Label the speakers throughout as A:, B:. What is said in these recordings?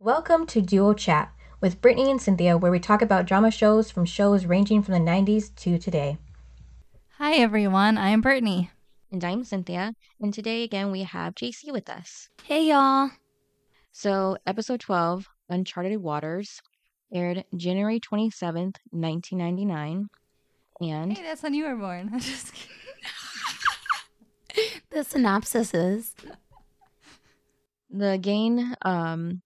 A: Welcome to Duo Chat with Brittany and Cynthia, where we talk about drama shows from shows ranging from the 90s to today.
B: Hi, everyone. I'm Brittany.
C: And I'm Cynthia. And today again, we have JC with us.
D: Hey, y'all.
C: So, episode 12, Uncharted Waters, aired January 27th, 1999. And
B: Hey, that's when you were born. I'm just kidding.
D: The synopsis is
C: the gang um,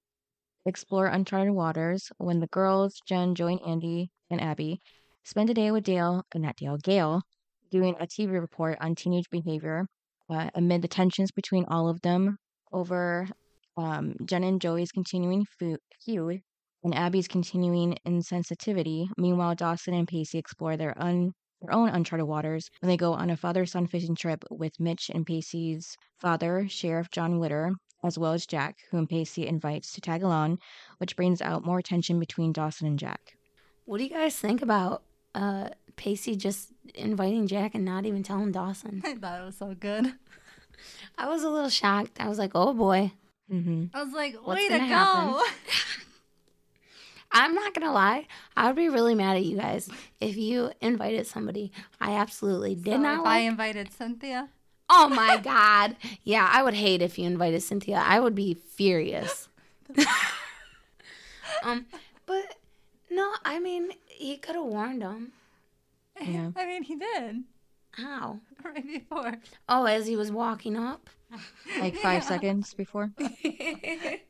C: explore uncharted waters when the girls, Jen, Joy, and Andy, and Abby spend a day with Dale, uh, not Dale, Gail, doing a TV report on teenage behavior uh, amid the tensions between all of them over um, Jen and Joey's continuing fu- feud and Abby's continuing insensitivity. Meanwhile, Dawson and Pacey explore their un- their own uncharted waters when they go on a father-son fishing trip with Mitch and Pacey's father, Sheriff John Witter, as well as Jack, whom Pacey invites to tag along, which brings out more tension between Dawson and Jack.
D: what do you guys think about uh, Pacey just inviting Jack and not even telling Dawson?
B: I thought it was so good.
D: I was a little shocked. I was like, oh boy.
C: Mm-hmm.
B: I was like,
D: What's
B: way to go.
D: gonna happen? I'm not going to lie. I would be really mad at you guys if you invited somebody I absolutely did
B: So
D: not
B: if I
D: like.
B: invited Cynthia.
D: oh my God. Yeah, I would hate if you invited Cynthia. I would be furious. um, But no, I mean, he could have warned him.
C: Yeah.
B: I mean, he did
D: How?
B: right before.
D: Oh, as he was walking up.
C: Like five
B: Yeah.
C: seconds before.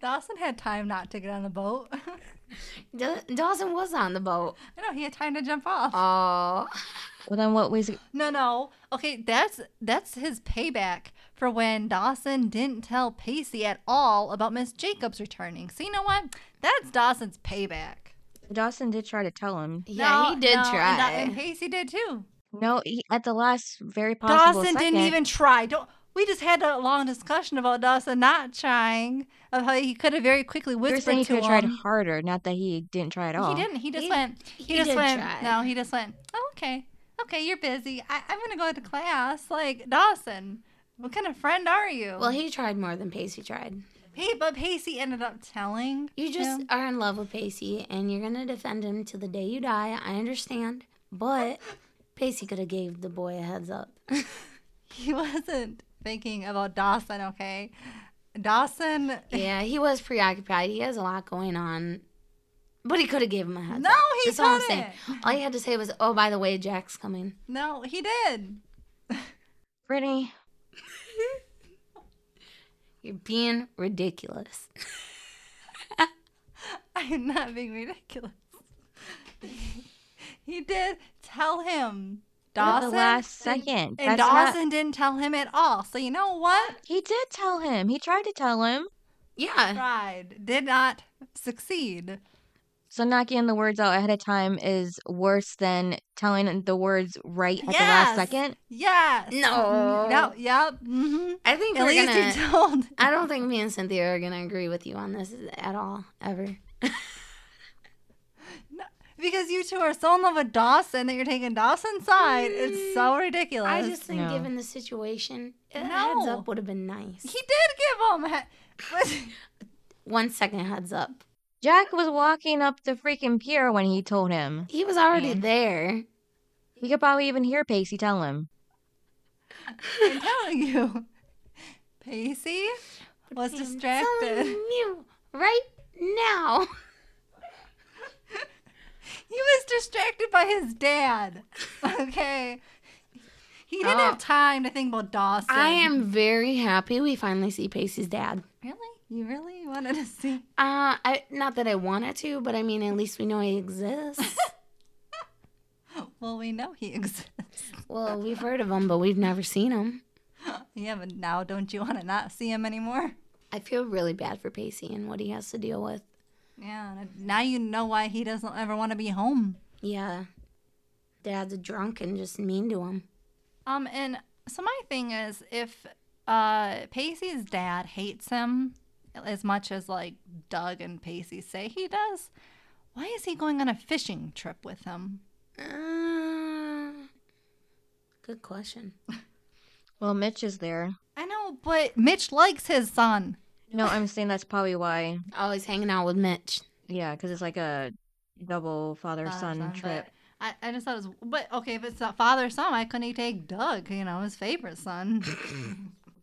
B: Dawson had time not to get on the boat. I
D: Da- Dawson was on the boat.
B: know he had time to jump off.
D: Oh,
C: Well, then what was it?
B: No, no. Okay, that's that's his payback for when Dawson didn't tell Pacey at all about Miss Jacobs returning. So you know what? That's Dawson's payback.
C: Dawson did try to tell him.
D: yeah,
B: No,
D: he did
B: no, and Da-
D: try.
B: and Pacey did too.
C: No, he, at the last very possible
B: Dawson
C: second,
B: didn't even try. Don't. We just had a long discussion about Dawson not trying, of how he could have very quickly
C: You're
B: whispered
C: saying he
B: to
C: could
B: him.
C: have tried harder. Not that he didn't try at all.
B: He didn't. He just
D: He-
B: went. He,
D: he
B: just
D: did
B: went.
D: try.
B: No, he just went. Oh, okay, okay. You're busy. I, I'm gonna go to class. Like Dawson, what kind of friend are you?
D: Well, he tried more than Pacey tried.
B: Hey, but Pacey ended up telling.
D: You just
B: him.
D: are in love with Pacey, and you're gonna defend him to the day you die. I understand, but Pacey could have gave the boy a heads up.
B: he wasn't thinking about Dawson. Okay, Dawson.
D: yeah, he was preoccupied. He has a lot going on, but he could have gave him a heads
B: No,
D: up.
B: he
D: That's all I'm
B: couldn't.
D: saying. All he had to say was, "Oh, by the way, Jack's coming."
B: No, he did.
C: Brittany,
D: You're being ridiculous.
B: I'm not being ridiculous. he did tell him.
C: at the
B: Dawson.
C: last second.
B: And
C: That's not-
B: Dawson didn't tell him at all. So you know what?
C: he did tell him. He tried to tell him.
D: Yeah,
B: Tried. Did not succeed.
C: So not getting the words out ahead of time is worse than telling the words right at
B: Yes.
C: the last second.
B: Yes.
D: No.
B: No. Yep. hmm
D: I think
B: At
D: we're
B: least
D: gonna.
B: he told.
D: I don't think me and Cynthia are gonna agree with you on this at all, ever.
B: Because you two are so in love with Dawson that you're taking Dawson's side. It's so ridiculous.
D: I just think,
C: No.
D: given the situation, a
B: No.
D: heads up would have been nice.
B: He did give him. he- But
D: One second heads up.
C: Jack was walking up the freaking pier when he told him.
D: He was already
C: Man.
D: there.
C: He could probably even hear Pacey tell him.
B: I'm telling you, Pacey was
D: I'm
B: distracted.
D: telling you right now.
B: He was distracted by his dad. Okay. He didn't
D: Oh.
B: have time to think about Dawson.
D: I am very happy we finally see Pacey's dad.
B: Really? You really wanted to see?
D: Uh, I, not that I wanted to, but I mean, at least we know he exists.
B: Well, we know he exists.
D: well, we've heard of him, but we've never seen him.
B: Yeah, but now don't you want to not see him anymore?
D: I feel really bad for Pacey and what he has to deal with.
B: Yeah. Now you know why he doesn't ever want to be home.
D: Yeah, dad's a drunk and just mean to him.
B: Um, and so my thing is, if uh Pacey's dad hates him as much as like Doug and Pacey say he does, why is he going on a fishing trip with him?
D: Uh, good question.
C: Well, Mitch is there.
B: I know, but Mitch likes his son.
C: No, I'm saying that's probably why.
D: Always hanging out with Mitch.
C: Yeah, because it's like a double father son
B: Father-son,
C: trip.
B: but I, I just thought it was, but okay, if it's not father son, why couldn't he take Doug? You know, his favorite son.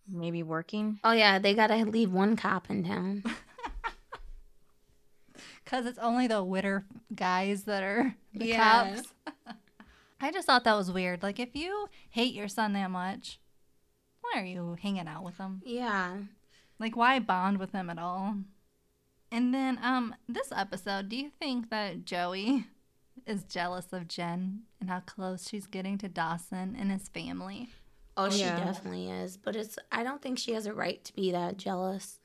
C: Maybe working.
D: Oh yeah, they gotta leave one cop in town.
B: Because it's only the witter guys that are the
D: Yeah.
B: cops. I just thought that was weird. Like, if you hate your son that much, why are you hanging out with him?
D: Yeah.
B: Like, why bond with him at all? And then, um, this episode, do you think that Joey is jealous of Jen and how close she's getting to Dawson and his family?
D: Oh, she
C: Yeah.
D: definitely is. But it's I don't think she has a right to be that jealous.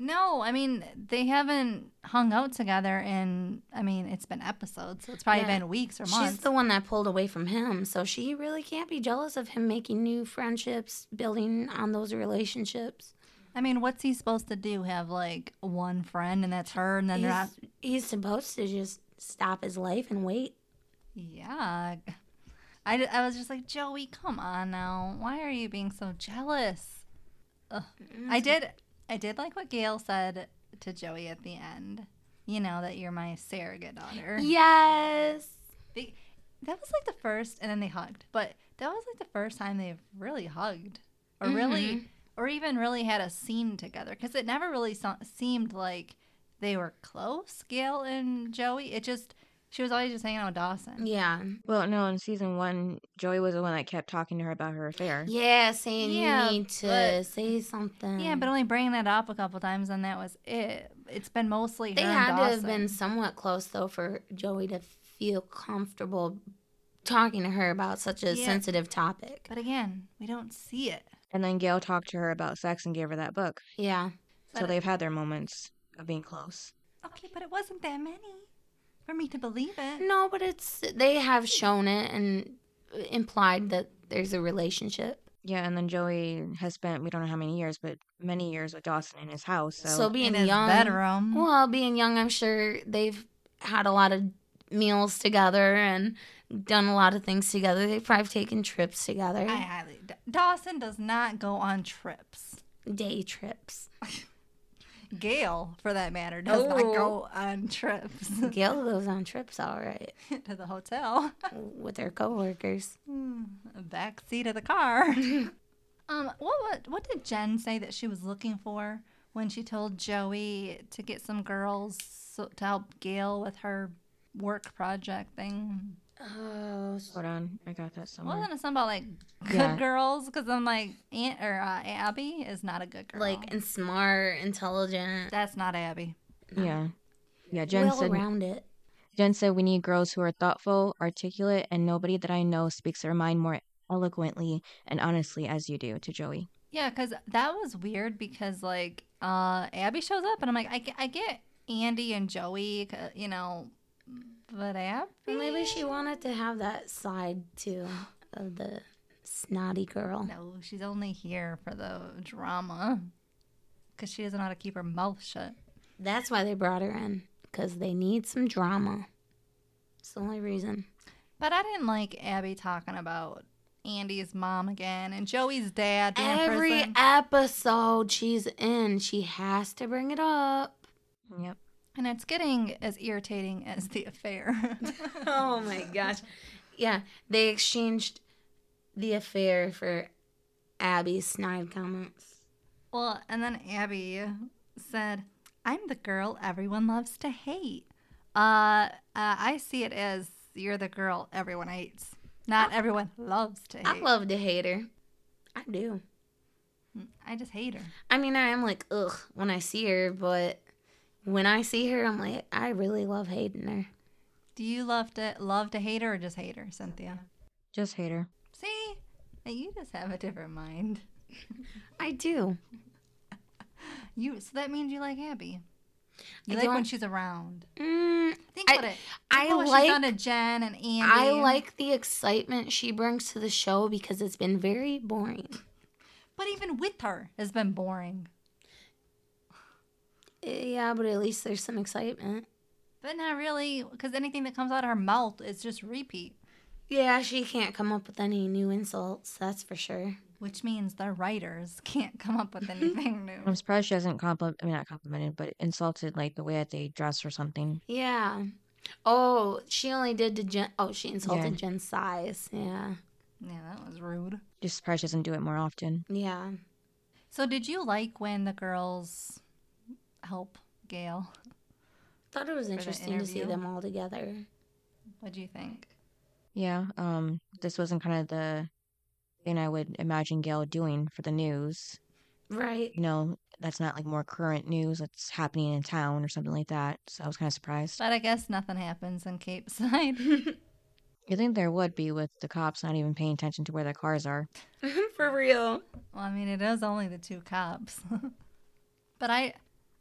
B: No, I mean, they haven't hung out together in, I mean, it's been episodes, so it's probably
D: Yeah.
B: been weeks or months.
D: She's the one that pulled away from him, so she really can't be jealous of him making new friendships, building on those relationships.
B: I mean, what's he supposed to do? Have like one friend and that's her, and then they're not.
D: He's, he's supposed to just stop his life and wait.
B: Yeah. I, d- I was just like, Joey, come on now. Why are you being so jealous? Ugh.
D: Mm-hmm.
B: I did I did like what Gail said to Joey at the end. You know, that you're my surrogate daughter.
D: Yes.
B: Be- That was like the first, and then they hugged. But that was like the first time they've really hugged, or
D: Mm-hmm.
B: really, or even really had a scene together. Because it never really so- seemed like they were close, Gail and Joey. It just she was always just hanging out with Dawson.
D: Yeah.
C: Well, no, in season one, Joey was the one that kept talking to her about her affair.
D: Yeah, saying
B: Yeah,
D: you need to
B: but-
D: say something.
B: Yeah, but only bringing that up a couple times, and that was it. It's been mostly
D: They
B: her
D: had
B: and
D: to have
B: Dawson.
D: been somewhat close, though, for Joey to feel comfortable talking to her about such a
B: Yeah.
D: sensitive topic.
B: But again, we don't see it.
C: And then Gail talked to her about sex and gave her that book.
D: Yeah.
C: so
B: But-
C: they've had their moments of being close.
B: Okay, but it wasn't that many for me to believe it.
D: No, but it's they have shown it and implied that there's a relationship.
C: Yeah, and then Joey has spent we don't know how many years, but many years with Dawson in his house. So,
D: So, being
B: In his
D: young,
B: bedroom.
D: well, being young, I'm sure they've had a lot of meals together and done a lot of things together. They've probably taken trips together,
B: I highly d- Dawson does not go on trips.
D: day trips.
B: Gail, for that matter, does not
D: Oh.
B: go on trips
D: Gail goes on trips, all right,
B: to the hotel.
D: with her coworkers.
B: Back seat of the car. um, what, what what did Jen say that she was looking for when she told Joey to get some girls so, to help Gail with her work project thing?
D: Oh,
C: hold on, I got that somewhere.
B: Wasn't it something about like good
C: Yeah.
B: girls? Because I'm like Aunt or uh, Abby is not a good girl.
D: like and smart, intelligent,
B: that's not Abby.
C: yeah, yeah. Jen
D: well
C: said
D: rounded.
C: Jen said we need girls who are thoughtful, articulate, and nobody that I know speaks their mind more eloquently and honestly as you do to Joey.
B: Yeah, because that was weird because, like, uh, Abby shows up and I'm like, I, ge- I get Andy and Joey, 'ca- you know, but Abby?
D: Maybe she wanted to have that side too of the snotty girl.
B: No, she's only here for the drama because she doesn't know how to keep her mouth shut.
D: That's why they brought her in because they need some drama. It's the only reason.
B: But I didn't like Abby talking about Andy's mom again and Joey's dad being in
D: Every
B: prison.
D: episode she's in, she has to bring it up.
C: Yep.
B: and it's getting as irritating as the affair.
D: Oh my gosh. Yeah, they exchanged the affair for Abby's snide comments.
B: Well, and then Abby said, I'm the girl everyone loves to hate. Uh, uh I see it as you're the girl everyone hates. Not everyone loves to hate.
D: I love to hate her. I do.
B: Mm, I just hate her.
D: I mean, I am like, ugh, when I see her, but when I see her, I'm like, I really love hating her.
B: Do you love to love to hate her or just hate her, Cynthia?
C: Just hate her.
B: See? Now You just have a different mind.
D: I do.
B: You so that means you like Abby. You
D: I
B: like when
D: don't-
B: she's around.
D: Mm,
B: Think
D: I-
B: about it. Think
D: I
B: about what
D: like-
B: she's done to Jen and Andy.
D: I like the excitement she brings to the show because it's been very boring.
B: but even with her has been boring.
D: Yeah, but at least there's some excitement.
B: But not really, because anything that comes out of her mouth is just repeat.
D: Yeah, she can't come up with any new insults, that's for sure.
B: which means their writers can't come up with anything new.
C: I'm surprised she hasn't compliment. I mean, not complimented, but insulted like the way that they dress or something.
D: Yeah. Oh, she only did to Jen. Oh, she insulted Jen's size. Yeah.
B: Yeah, that was rude.
C: Just surprised she doesn't do it more often.
D: Yeah.
B: So, did you like when the girls help Gail?
D: Thought it was
B: the
D: interesting to see
B: interview.
D: them all together.
B: What do you think?
C: Yeah. Um. This wasn't kind of the thing I would imagine Gail doing for the news.
D: Right.
C: You know, that's not like more current news that's happening in town or something like that. So I was kind of surprised.
B: But I guess nothing happens in Cape Side.
C: You think there would be with the cops not even paying attention to where their cars are?
D: For real.
B: Well, I mean, it is only the two cops. but I,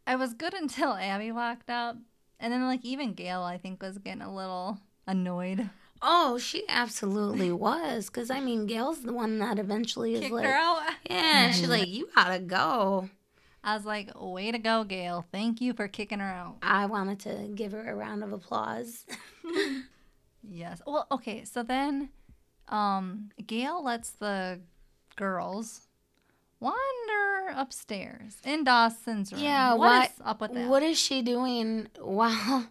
B: I was good until Abby walked up, and then like even Gail, I think, was getting a little annoyed.
D: Oh, she absolutely was. Because, I mean, Gail's the one that eventually is
B: Kicked
D: like,
B: her out.
D: yeah, she's like, you gotta go.
B: I was like, "Way to go, Gail! Thank you for kicking her out."
D: I wanted to give her a round of applause.
B: Yes. Well, okay. So then, um, Gail lets the girls wander upstairs in Dawson's room.
D: Yeah,
B: what
D: what-
B: is up with that?
D: What is she doing while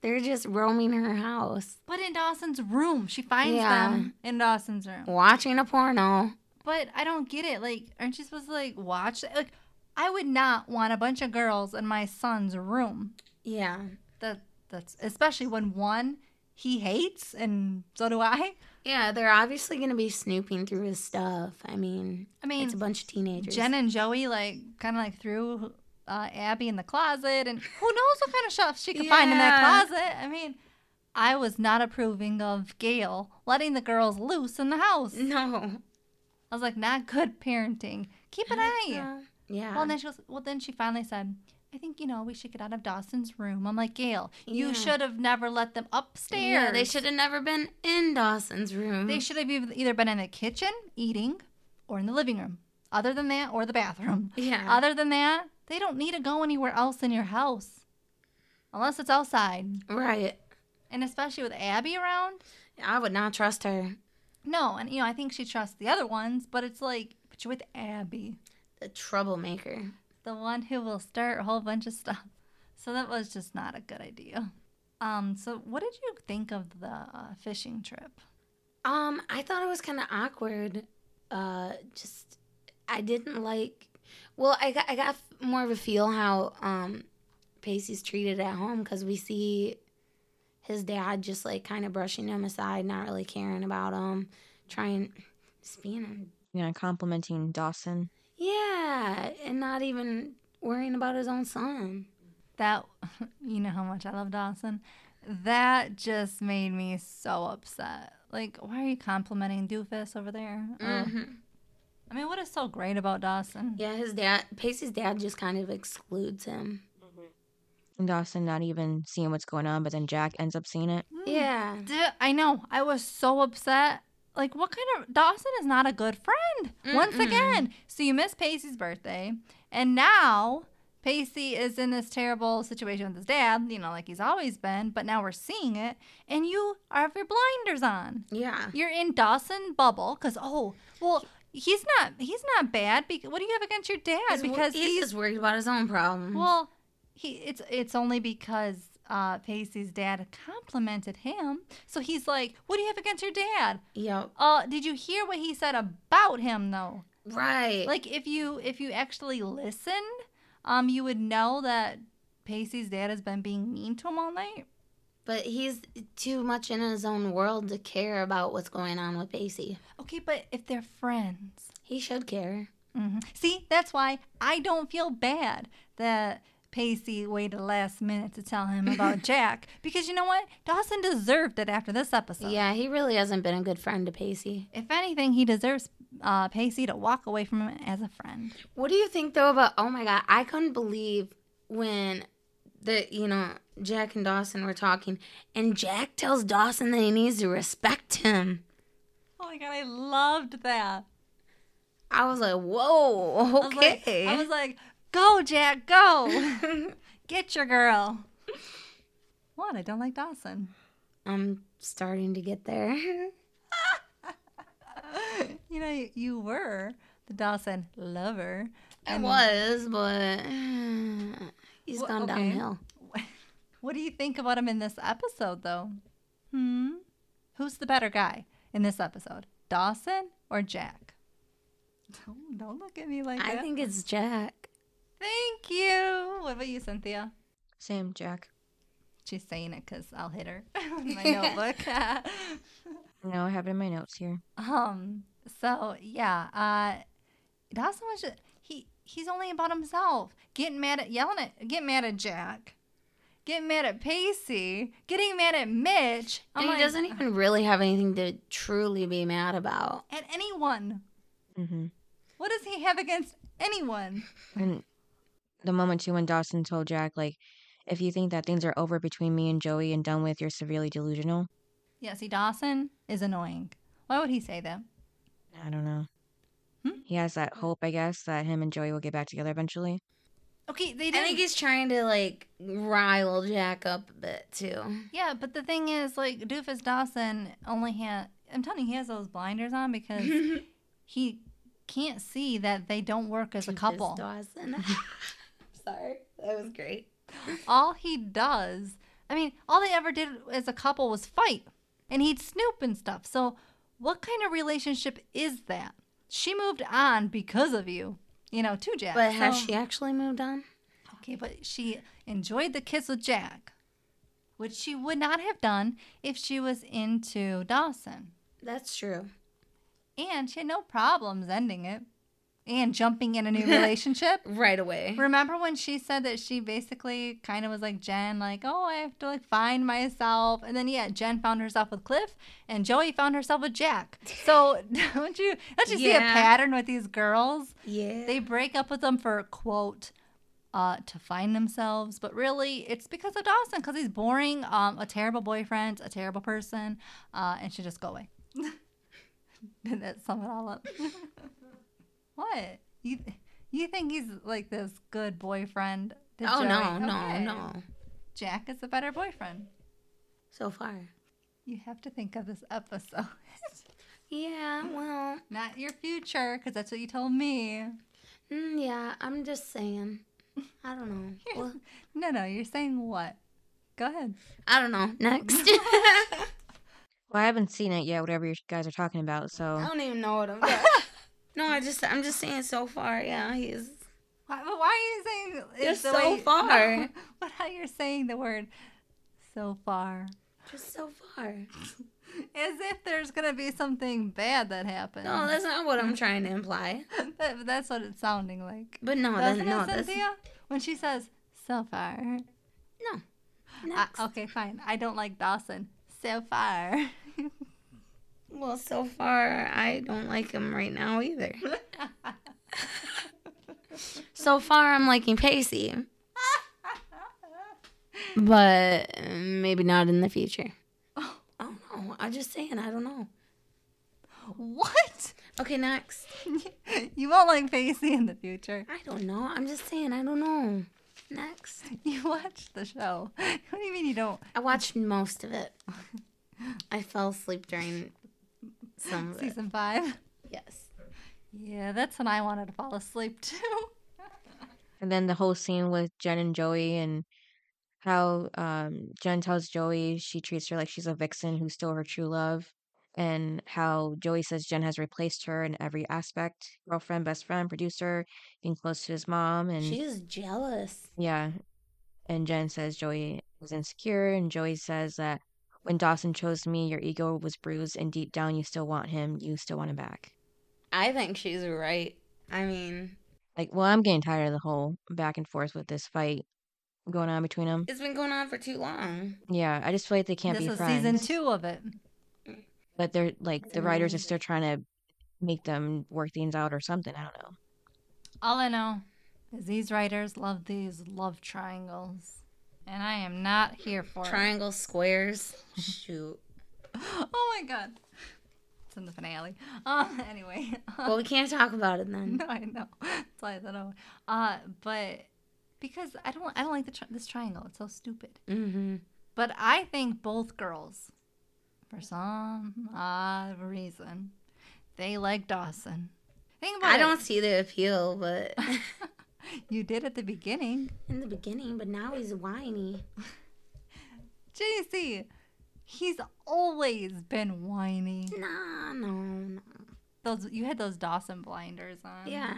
D: they're just roaming her house,
B: but in Dawson's room, she finds
D: Yeah.
B: them in Dawson's room.
D: watching a porno?
B: But I don't get it. Like, aren't you supposed to like watch? it? Like, I would not want a bunch of girls in my son's room.
D: Yeah.
B: That that's especially when one he hates and so do I.
D: Yeah, they're obviously going to be snooping through his stuff. I mean,
B: I mean,
D: it's a bunch of teenagers.
B: Jen and Joey like kind of like threw uh, Abby in the closet, and who knows what kind of stuff she could find in that
D: Yeah.
B: closet. I mean, I was not approving of Gail letting the girls loose in the house.
D: Mm. no.
B: I was like, not good parenting. Keep an eye.
D: Yeah.
B: Well, and then she goes, well, then she finally said, I think, you know, we should get out of Dawson's room. I'm like, Gail, you
D: Yeah.
B: should have never let them upstairs.
D: yeah, they should have never been in Dawson's room.
B: They should have eith- either been in the kitchen eating or in the living room. Other than that, or the bathroom.
D: Yeah.
B: Other than that, they don't need to go anywhere else in your house. Unless it's outside.
D: right.
B: And especially with Abby around.
D: I would not trust her.
B: No, and you know, I think she trusts the other ones, but it's like, but you're with Abby.
D: The troublemaker.
B: the one who will start a whole bunch of stuff. So that was just not a good idea. Um, so what did you think of the uh, fishing trip?
D: Um, I thought it was kind of awkward. Uh, just I didn't like. Well, I got I got more of a feel how um Pacey's treated at home because we see his dad just like kind of brushing him aside, not really caring about him, trying just being
C: You know, complimenting Dawson.
D: yeah, and not even worrying about his own son.
B: That you know how much I love Dawson. That just made me so upset. Like, why are you complimenting Doofus over there? Ugh.
D: Mm-hmm.
B: I mean, what is so great about Dawson?
D: Yeah, his dad Pacey's dad just kind of excludes him.
C: And Dawson not even seeing what's going on, but then Jack ends up seeing it.
D: Mm.
B: Hmm.
D: Yeah,
B: Dude, I know. I was so upset. Like, what kind of Dawson is not a good friend once again. So you miss Pacey's birthday, and now Pacey is in this terrible situation with his dad. You know, like he's always been, but now we're seeing it, and you have your blinders on.
D: yeah,
B: You're in Dawson bubble because oh well. He's not. He's not bad. Because what do you have against your dad?
D: He's wor-
B: because
D: he's, just worried about his own problems.
B: well, he it's it's only because uh, Pacey's dad complimented him, so he's like, "What do you have against your dad?"
D: yep,
B: Uh, did you hear what he said about him though?
D: right.
B: Like if you if you actually listened, um, you would know that Pacey's dad has been being mean to him all night.
D: But he's too much in his own world to care about what's going on with Pacey.
B: Okay, but if they're friends,
D: He should care.
B: hmm see, that's why I don't feel bad that. Pacey waited last minute to tell him about Jack because you know what? Dawson deserved it after this episode.
D: Yeah, he really hasn't been a good friend to Pacey.
B: If anything, he deserves uh, Pacey to walk away from him as a friend.
D: What do you think though about oh my god, I couldn't believe when the you know, Jack and Dawson were talking and Jack tells Dawson that he needs to respect him.
B: Oh my god, I loved that.
D: I was like, Whoa,
B: I was like-
D: okay.
B: I was like, go, Jack, go. Get your girl. What? I don't like Dawson.
D: I'm starting to get there.
B: You know, you, you were the Dawson lover.
D: I
B: And
D: was, but he's
B: Well,
D: gone
B: okay.
D: downhill.
B: What do you think about him in this episode, though? Hmm? Who's the better guy in this episode, Dawson or Jack? Don't, don't look at me like
D: I
B: that.
D: think it's Jack.
B: Thank you. What about you, Cynthia?
C: Sam, Jack.
B: She's saying it because I'll hit her in my notebook.
C: No, I have it in my notes here.
B: um. So yeah, uh, Dawson was just, he he's only about himself. Getting mad at yelling at getting mad at Jack, getting mad at Pacey, getting mad at Mitch. I'm
D: And he
B: like,
D: doesn't e- even really have anything to truly be mad about.
B: at anyone.
C: hmm
B: What does he have against anyone?
C: And the moment too when Dawson told Jack, like, if you think that things are over between me and Joey and done with, you're severely delusional.
B: Yeah, see, Dawson is annoying. Why would he say that?
C: I don't know.
B: Hmm?
C: He has that hope, I guess, that him and Joey will get back together eventually.
B: Okay, they
D: I
B: didn't.
D: think he's trying to like rile Jack up a bit too.
B: yeah, but the thing is, like, Doofus Dawson only had. I'm telling you, he has those blinders on because he can't see that they don't work as a couple.
D: Dawson. Sorry, that was great.
B: All he does, I mean, all they ever did as a couple was fight, and he'd snoop and stuff. So, what kind of relationship is that? She moved on because of you, you know, to Jack.
D: But has
B: so-
D: she actually moved on?
B: Okay, but she enjoyed the kiss with Jack, which she would not have done if she was into Dawson.
D: That's true.
B: And she had no problems ending it and jumping in a new relationship.
D: Right away.
B: Remember when she said that she basically kind of was like Jen, like, oh, I have to like find myself. And then, yeah, Jen found herself with Cliff and Joey found herself with Jack. So don't you, don't you see a
D: Yeah.
B: pattern with these girls?
D: Yeah.
B: They break up with them for quote uh, to find themselves, but really it's because of Dawson because he's boring, um, a terrible boyfriend, a terrible person, uh, and should just go away. Did that sum it all up? what you you think he's like this good boyfriend? to
D: oh no,
B: Joey?
D: no,
B: Okay.
D: no.
B: Jack is the better boyfriend.
D: So far.
B: You have to think of this episode,
D: Yeah. Well.
B: not your future, because that's what you told me.
D: mm, yeah. I'm just saying. I don't know. Well,
B: No, no, you're saying what? Go ahead.
D: I don't know. Next.
C: Well, I haven't seen it yet, whatever you guys are talking about, so.
D: I don't even know what I'm doing. no, I just I'm just saying so far, yeah, he's
B: Why, but why are you saying
D: They're
B: it's the
D: so
B: way-
D: far.
B: No, but how you're saying the word so far,
D: just so far.
B: as if there's gonna be something bad that happens.
D: No, that's not what I'm trying to imply.
B: That- that's what it's sounding like.
D: But no, that's
B: Doesn't
D: no,
B: it,
D: that's
B: Cynthia? When she says so far,
D: no.
B: I,
D: Next.
B: okay, fine. I don't like Dawson. So far,
D: well, so far I don't like him right now either. so far I'm liking Pacey. But uh, maybe not in the future. Oh no, I'm just saying, I don't know.
B: what?
D: Okay, next.
B: you won't like Pacey in the future.
D: I don't know. I'm just saying, I don't know. Next.
B: You watch the show. What do you mean you don't?
D: I watched most of it. I fell asleep during some of it.
B: Season five.
D: Yes.
B: Yeah, that's when I wanted to fall asleep too.
C: And then the whole scene with Jen and Joey and how um, Jen tells Joey she treats her like she's a vixen who stole her true love. And how Joey says Jen has replaced her in every aspect girlfriend, best friend, producer, being close to his mom. And
D: She's jealous.
C: yeah. And Jen says Joey is insecure. And Joey says that when Dawson chose me, your ego was bruised. And deep down, you still want him. You still want him back.
D: I think she's right. I mean,
C: Like, well, I'm getting tired of the whole back and forth with this fight going on between them.
D: it's been going on for too long.
C: Yeah, I just feel like they can't
B: this
C: be
B: is
C: friends.
B: season two of it.
C: But they're like the
D: Mm.
C: writers are still trying to make them work things out or something. I don't know.
B: All I know is these writers love these love triangles, and I am not here for
D: Triangle squares. Shoot.
B: it. Oh my god, it's in the finale. Um, anyway,
D: Well, we can't talk about it then.
B: no, I know. That's why I don't know. Uh, but because I don't, I don't like the tri- this triangle. It's so stupid.
D: Mm-hmm.
B: But I think both girls, for some odd reason, They like Dawson. Think about
D: I
B: it.
D: don't see the appeal, but
B: You did at the beginning.
D: in the beginning, but now he's whiny.
B: JC, he's always been whiny.
D: Nah, no, no.
B: Those you had those Dawson blinders on.
D: yeah.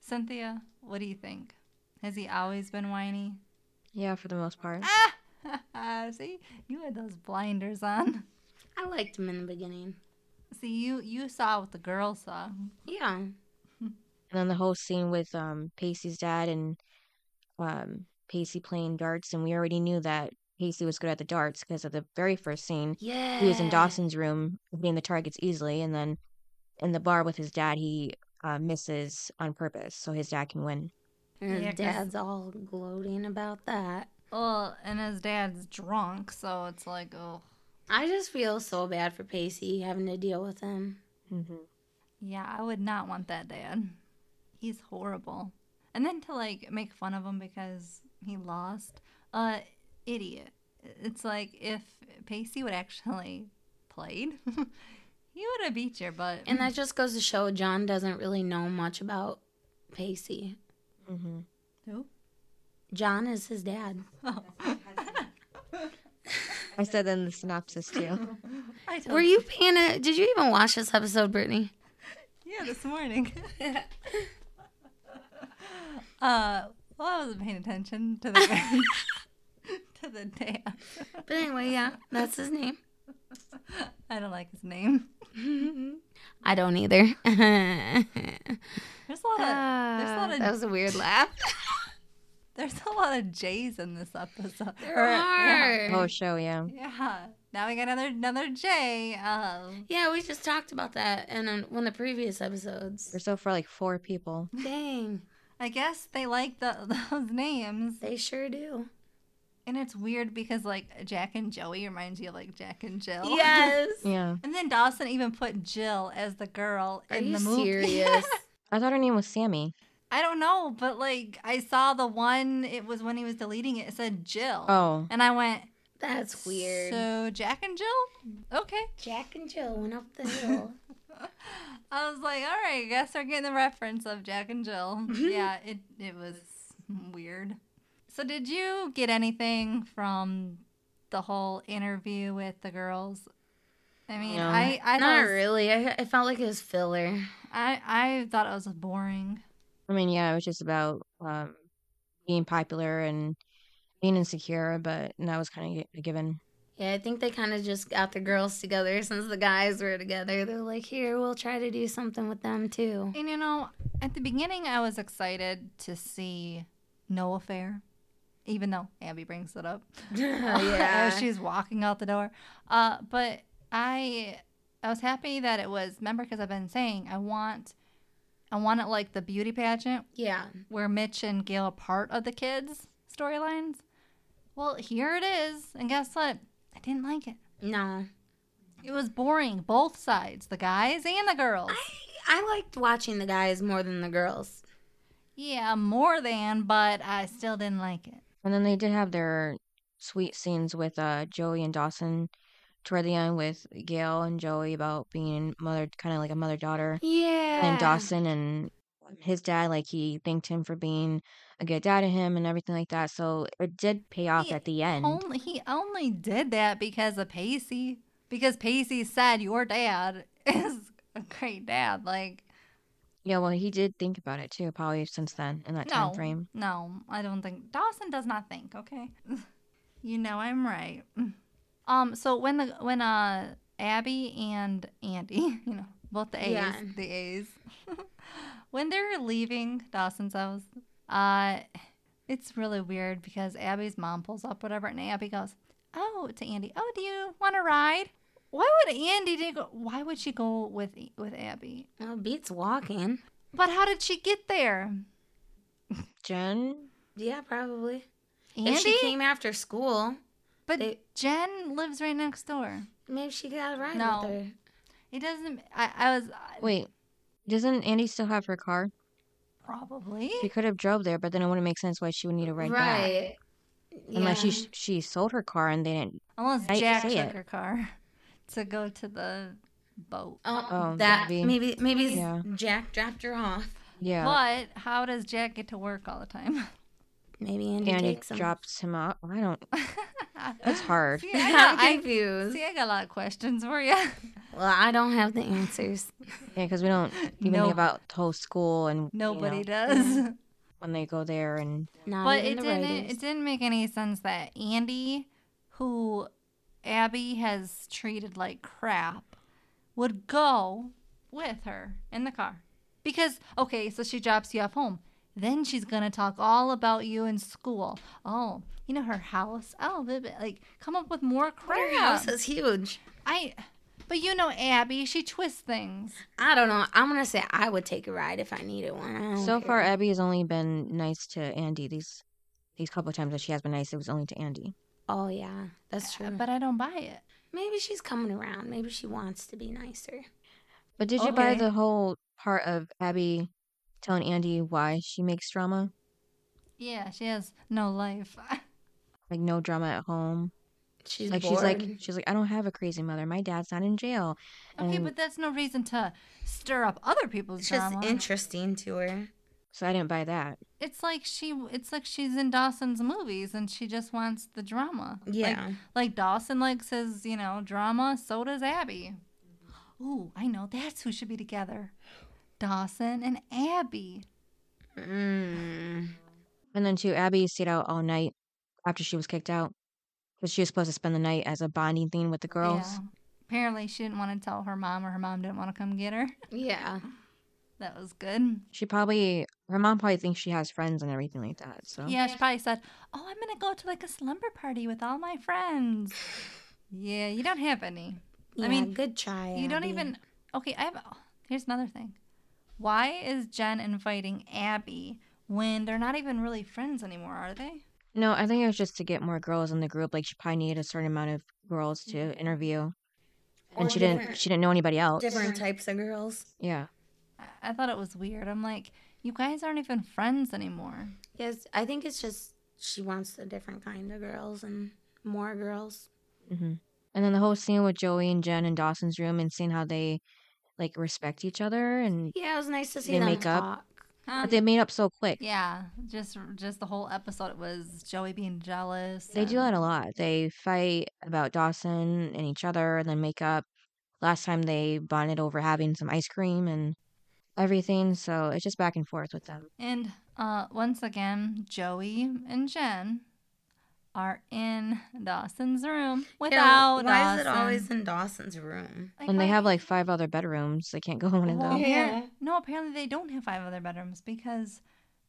B: Cynthia, what do you think? Has he always been whiny?
C: Yeah, for the most part.
B: Ah, see, you had those blinders on.
D: I liked him in the beginning.
B: See, you you saw what the girl saw.
D: Yeah.
C: And then the whole scene with um Pacey's dad and um Pacey playing darts, and we already knew that Pacey was good at the darts because of the very first scene.
D: Yeah.
C: He was in Dawson's room hitting the targets easily, and then in the bar with his dad, he uh, misses on purpose so his dad can win.
D: And his
B: Yeah, 'cause-
D: dad's all gloating about that.
B: Well, and his dad's drunk, so it's like, oh,
D: I just feel so bad for Pacey having to deal with him.
C: Mm-hmm.
B: yeah, I would not want that dad. He's horrible. And then to like make fun of him because he lost, uh, idiot. It's like if Pacey would actually played, he would have beat your butt.
D: And that just goes to show John doesn't really know much about Pacey.
C: Mm-hmm.
B: Who?
D: John is his dad.
B: Oh.
C: I said that in the synopsis too.
B: I told
D: Were you paying a, Did you even watch this episode, Brittany?
B: Yeah, this morning. uh, well, I wasn't paying attention to the to the dance.
D: But anyway, yeah, that's his name.
B: I don't like his name.
D: I don't either.
B: There's a lot of there's a lot of
D: Ah, that was Uh, a weird laugh.
B: there's a lot of J's in this episode.
D: There
B: Or-
D: are.
B: Yeah.
C: Oh, show yeah.
B: Yeah. Now we got another another J. Um,
D: Yeah, we just talked about that in um, one of the previous episodes.
C: Or so for like four people.
D: Dang,
B: I guess they like the, those names,
D: they sure do.
B: and it's weird because like Jack and Joey reminds you of like Jack and Jill.
D: Yes.
C: Yeah,
B: And then Dawson even put Jill as the girl
D: Are
B: in
D: you
B: the movie.
D: serious?
C: I thought her name was Sammy.
B: I don't know, but like I saw the one. It was when he was deleting it. It said Jill.
C: Oh,
B: And I went.
D: That's weird.
B: So Jack and Jill. Okay.
D: Jack and Jill went up the hill.
B: I was like, all right. I guess they're getting the reference of Jack and Jill.
D: Mm-hmm.
B: yeah. It it was weird. So did you get anything from the whole interview with the girls? I mean,
C: No.
B: I I thought
D: Not
B: it was-
D: really. I, I felt like it was filler.
B: I I thought it was boring.
C: I mean, yeah, it was just about um, being popular and being insecure, but and that was kind of a given.
D: Yeah, I think they kind of just got the girls together since the guys were together. They're like, here, we'll try to do something with them too.
B: And you know, at the beginning, I was excited to see No Affair, even though Abby brings it up. As she's walking out the door. Uh, but I, I was happy that it was. Remember, because I've been saying I want, I want it like the beauty pageant
D: yeah.
B: where Mitch and Gail are part of the kids' storylines. Well, here it is, and guess what? I didn't like it.
D: No.
B: It was boring, both sides, the guys and the girls.
D: I liked watching the guys more than the girls.
B: Yeah, more than, but I still didn't like it.
C: And then they did have their sweet scenes with uh, Joey and Dawson toward the end with Gail and Joey about being mother, kind of like a mother daughter.
D: Yeah.
C: And Dawson and his dad, like he thanked him for being a good dad to him and everything like that. So it did pay off
B: He
C: at the end.
B: Only he only did that because of Pacey. Because Pacey said your dad is a great dad. Like
C: Yeah, well, he did think about it too, probably since then in that time
B: no,
C: frame.
B: no, I don't think Dawson does not think. Okay, you know I'm right. Um, so when the when uh Abby and Andy, you know, both the A's,
D: Yeah.
B: the A's, when they're leaving Dawson's house, uh, it's really weird because Abby's mom pulls up whatever, and Abby goes, "Oh," to Andy, "Oh, do you want to ride?" Why would Andy do? Why would she go with with Abby?
D: Well, beats walking.
B: But how did she get there?
C: Jen?
D: Yeah, probably.
B: Andy?
D: If she came after school,
B: But
D: They-
B: Jen lives right next door.
D: maybe she got a ride
B: No.
D: with her.
B: It doesn't. I, I was I-
C: Wait, doesn't Andy still have her car?
B: probably.
C: She could have drove there, but then it wouldn't make sense why she would need a ride back.
D: Right.
C: Unless
D: Yeah.
C: she she sold her car and they didn't.
B: Unless
C: I
B: Jack
C: say
B: took
C: it.
B: her car to go to the boat.
D: Oh,
C: Oh,
D: that
C: maybe.
D: maybe maybe,
C: Yeah.
D: Jack dropped her off.
C: Yeah.
B: But how does Jack get to work all the time?
D: Maybe Andy
C: and it
D: takes him.
C: drops him up. I don't. That's hard.
B: See, I got,
D: I'm
B: I,
D: confused.
B: see, I got a lot of questions for you.
D: Well, I don't have the answers.
C: Yeah, because we don't even
B: Nope.
C: think about the whole school and you
B: Nobody
C: know,
B: does.
C: when they go there and
D: Not
B: but
D: even
B: it
D: the
B: didn't
D: writers.
B: it didn't make any sense that Andy, who Abby has treated like crap, would go with her in the car. Because okay, so she drops you off home. Then she's gonna talk all about you in school. Oh, you know her house. Oh, blah, blah, like come up with more crap.
D: Her house is huge.
B: I, but you know Abby, she twists things.
D: I don't know. I'm gonna say I would take a ride if I needed one. I don't
C: so
D: care.
C: far Abby has only been nice to Andy these these couple of times that she has been nice. It was only to Andy.
D: oh yeah, that's true.
B: But I don't buy it.
D: maybe she's coming around. Maybe she wants to be nicer.
C: But did you buy
B: Okay.
C: the whole part of Abby telling Andy why she makes drama?
B: Yeah, she has no life.
C: Like no drama at home.
D: She's
C: like
D: bored.
C: she's like she's like I don't have a crazy mother. My dad's not in jail.
B: Okay,
C: And
B: but that's no reason to stir up other people's
D: it's just
B: drama.
D: interesting to her.
C: so I didn't buy that.
B: it's like she, it's like she's in Dawson's movies and she just wants the drama. Like-
D: Yeah.
B: like, Dawson likes his, you know, drama. So does Abby. Ooh, I know. That's who should be together. Dawson and Abby.
D: Mm.
C: And then too, Abby stayed out all night after she was kicked out because she was supposed to spend the night as a bonding thing with the girls.
B: Yeah. Apparently, she didn't want to tell her mom, or her mom didn't want to come get her.
D: Yeah.
B: That was good.
C: She probably her mom probably thinks she has friends and everything like that. So
B: Yeah, she probably said, "Oh, I'm gonna go to like a slumber party with all my friends." yeah, you don't have any.
D: Yeah,
B: I mean,
D: good try.
B: You don't
D: Abby.
B: even. Okay, I have. Here's another thing. Why is Jen inviting Abby when they're not even really friends anymore, are they?
C: no, I think it was just to get more girls in the group. Like she probably needed a certain amount of girls to interview, and
D: Or
C: she didn't
D: different-
C: she didn't know anybody else.
D: different types of girls.
C: Yeah,
B: I- I thought it was weird. I'm like, you guys aren't even friends anymore.
D: Yes, I think it's just she wants a different kind of girls and more girls.
C: hmm and then the whole scene with Joey and Jen in Dawson's room and seeing how they like respect each other and
D: Yeah, it was nice to see
C: They
D: them
C: make up.
D: talk.
B: Huh?
C: but they made up so quick.
B: yeah, just just the whole episode was Joey being jealous.
C: They do
B: and-
C: that a lot. They fight about Dawson and each other and then make up. Last time they bonded over having some ice cream and everything. So it's just back and forth with them.
B: And uh, once again, Joey and Jen are in Dawson's room without
D: Yeah, why
B: Dawson.
D: is it always in Dawson's room?
B: Like,
C: And they
B: why-
C: have like five other bedrooms. They can't go in one of
B: Well,
C: them.
D: Yeah.
B: apparent- No, apparently they don't have five other bedrooms because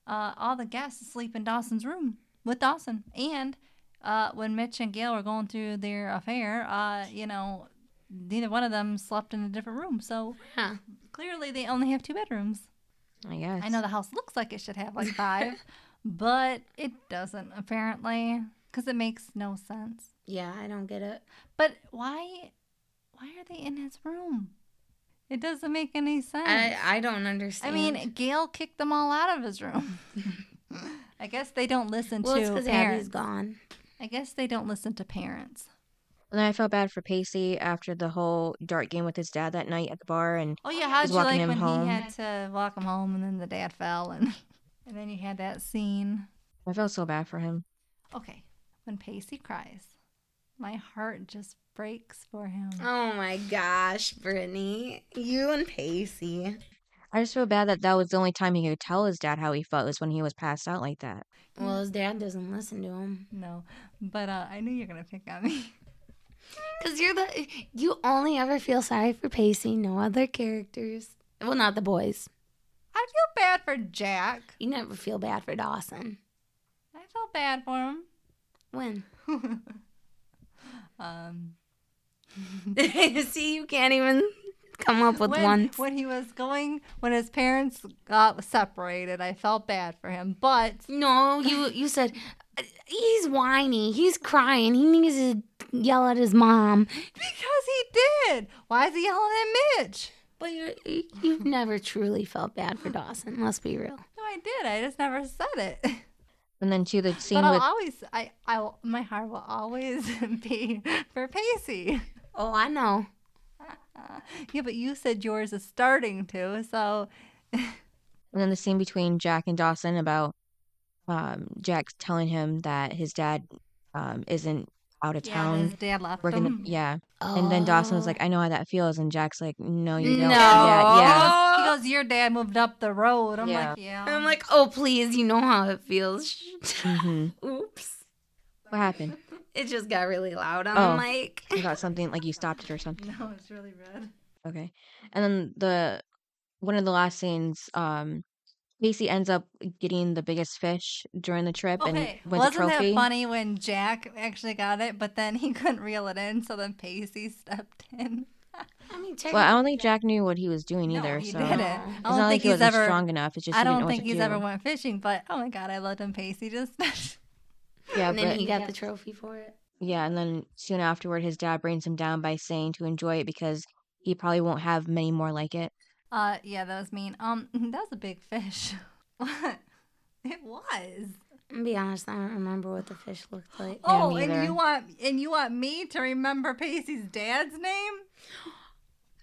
B: uh, all the guests sleep in Dawson's room with Dawson. And uh, when Mitch and Gail were going through their affair, uh, you know, neither one of them slept in a different room. So
D: Huh.
B: clearly they only have two bedrooms.
C: I guess.
B: I know the house looks like it should have like five, but it doesn't apparently because it makes no sense.
D: Yeah, I don't get it.
B: But why, why are they in his room? It doesn't make any sense.
D: I I don't
B: I
D: understand.
B: mean, Gail kicked them all out of his room. I guess they don't listen
D: well, it's
B: to
D: because
B: parents.
D: Abby's gone.
B: I guess they don't listen to parents.
C: And then I felt bad for Pacey after the whole dart game with his dad that night at the bar. And
B: Oh yeah, how'd
C: He's
B: you
C: walking
B: like
C: him
B: when
C: home.
B: he had to walk him home, and then the dad fell, and and then you had that scene.
C: I felt so bad for him.
B: Okay, when Pacey cries, my heart just breaks for him.
D: Oh my gosh, Brittany, you and Pacey.
C: I just feel bad that that was the only time he could tell his dad how he felt was when he was passed out like that.
D: Well, his dad doesn't listen to him.
B: No, but uh, I knew you're gonna pick on me.
D: Cause you're the you only ever feel sorry for Pacey, no other characters. Well, not the boys.
B: I feel bad for Jack.
D: You never feel bad for Dawson.
B: I felt bad for him.
D: When?
B: Um,
D: See, you can't even come up with
B: when,
D: one.
B: when he was going when his parents got separated i felt bad for him but
D: No, you you said "Uh, he's whiny. He's crying. He needs to yell at his mom.
B: because he did why is he yelling at mitch
D: But you you've never truly felt bad for Dawson. Let's be real.
B: no i did i just never said it
C: And then to the
B: but
C: scene
B: i'll
C: with
B: always i i will- my heart will always be for pacey Uh,
D: Oh, I know.
B: yeah, but you said yours is starting to, so
C: And then the scene between Jack and Dawson about um, Jack telling him that his dad um, isn't out of
B: yeah, his oh.
C: town.
B: dad left
C: We're gonna,
B: him.
C: yeah. And then Dawson was like, I know how that feels. And Jack's like, No, you
D: No.
C: don't. Yeah, yeah.
B: He goes, Your dad moved up the road. I'm
C: Yeah.
B: like, Yeah.
D: I'm like, oh please, you know how it feels.
C: hmm
D: Oops,
C: What happened?
D: it just got really loud on
C: Oh.
D: the mic.
C: You got something like you stopped it or something.
B: No, it's really red.
C: Okay. And then the one of the last scenes, um, Casey ends up getting the biggest fish during the trip
B: Okay,
C: and wins a
B: wasn't
C: trophy.
B: that funny when Jack actually got it, but then he couldn't reel it in, so then Pacey stepped in.
D: I mean,
C: Well, I don't think Jack knew what he was doing either.
B: no, he
C: so
B: didn't.
C: it's
B: I
D: It's
C: not
B: don't
C: like
B: think
C: he
B: he's
C: wasn't
B: ever.
C: strong enough. It's just
B: I
C: he didn't
B: don't
C: know
B: think
C: what to
B: he's
C: do.
B: ever went fishing, but oh my god, I loved him. Pacey just
C: Yeah,
D: and then
C: but
D: he got the trophy for it.
C: yeah, and then soon afterward, his dad brings him down by saying to enjoy it because he probably won't have many more like it.
B: Uh, yeah, that was mean. Um, that was a big fish. What? It was.
D: I'm gonna be honest, I don't remember what the fish looked like.
B: Oh, and
C: neither.
B: you want and you want me to remember Pacey's dad's name?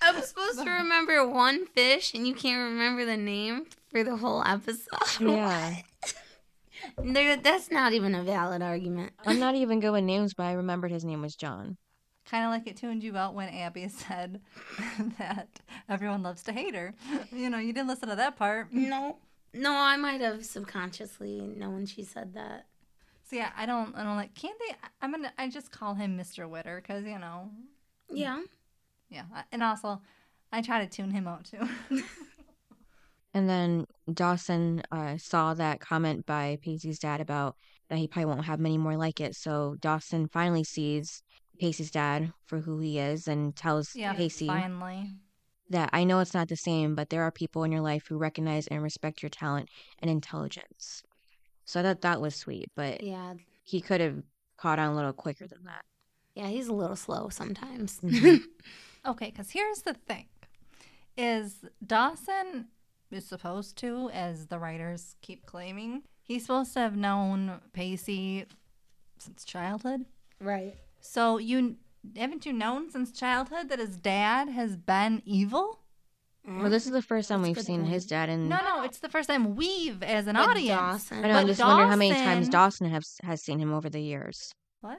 D: I'm supposed to remember one fish, and you can't remember the name for the whole episode.
C: Yeah,
D: There, that's not even a valid argument.
C: I'm not even good with names, but I remembered his name was John.
B: Kind of like it tuned you out when Abby said that everyone loves to hate her. You know, you didn't listen to that part.
D: No, no, I might have subconsciously known she said that.
B: So yeah, I don't, I don't like. Can't they? I- I'm gonna, I just call him Mr. Witter because you know,
D: Yeah,
B: yeah. I- And also, I try to tune him out too.
C: And then Dawson uh, saw that comment by Pacey's dad about that he probably won't have many more like it. So Dawson finally sees Pacey's dad for who he is and tells
B: yeah,
C: Pacey
B: finally.
C: that I know it's not the same, but there are people in your life who recognize and respect your talent and intelligence. So I thought that was sweet, but
D: yeah,
C: he could have caught on a little quicker than that.
D: yeah. He's a little slow sometimes.
C: Mhm.
B: Okay, because here's the thing: is Dawson is supposed to, as the writers keep claiming, he's supposed to have known Pacey since childhood.
D: right.
B: So you haven't you known since childhood that his dad has been evil?
C: Well, this is the first time
D: That's a
C: we've
D: good
C: seen his
D: point.
C: dad, and
B: No, no, it's the first time we've, as an
D: But
B: audience,
C: I
D: Dawson-
C: don't know, I'm
B: but
C: just wondering how many times
B: Dawson-
C: Dawson has has seen him over the years.
B: what?